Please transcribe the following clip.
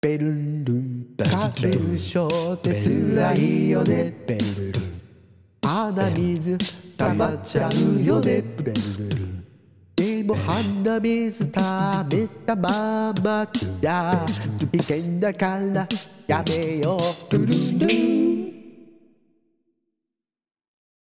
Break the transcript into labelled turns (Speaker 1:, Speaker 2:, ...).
Speaker 1: ベルンルン花粉症ってつらいよねベルルン鼻水溜まっちゃうよねベルルンでも鼻水溜めたままじゃ危険だからやめようルルルン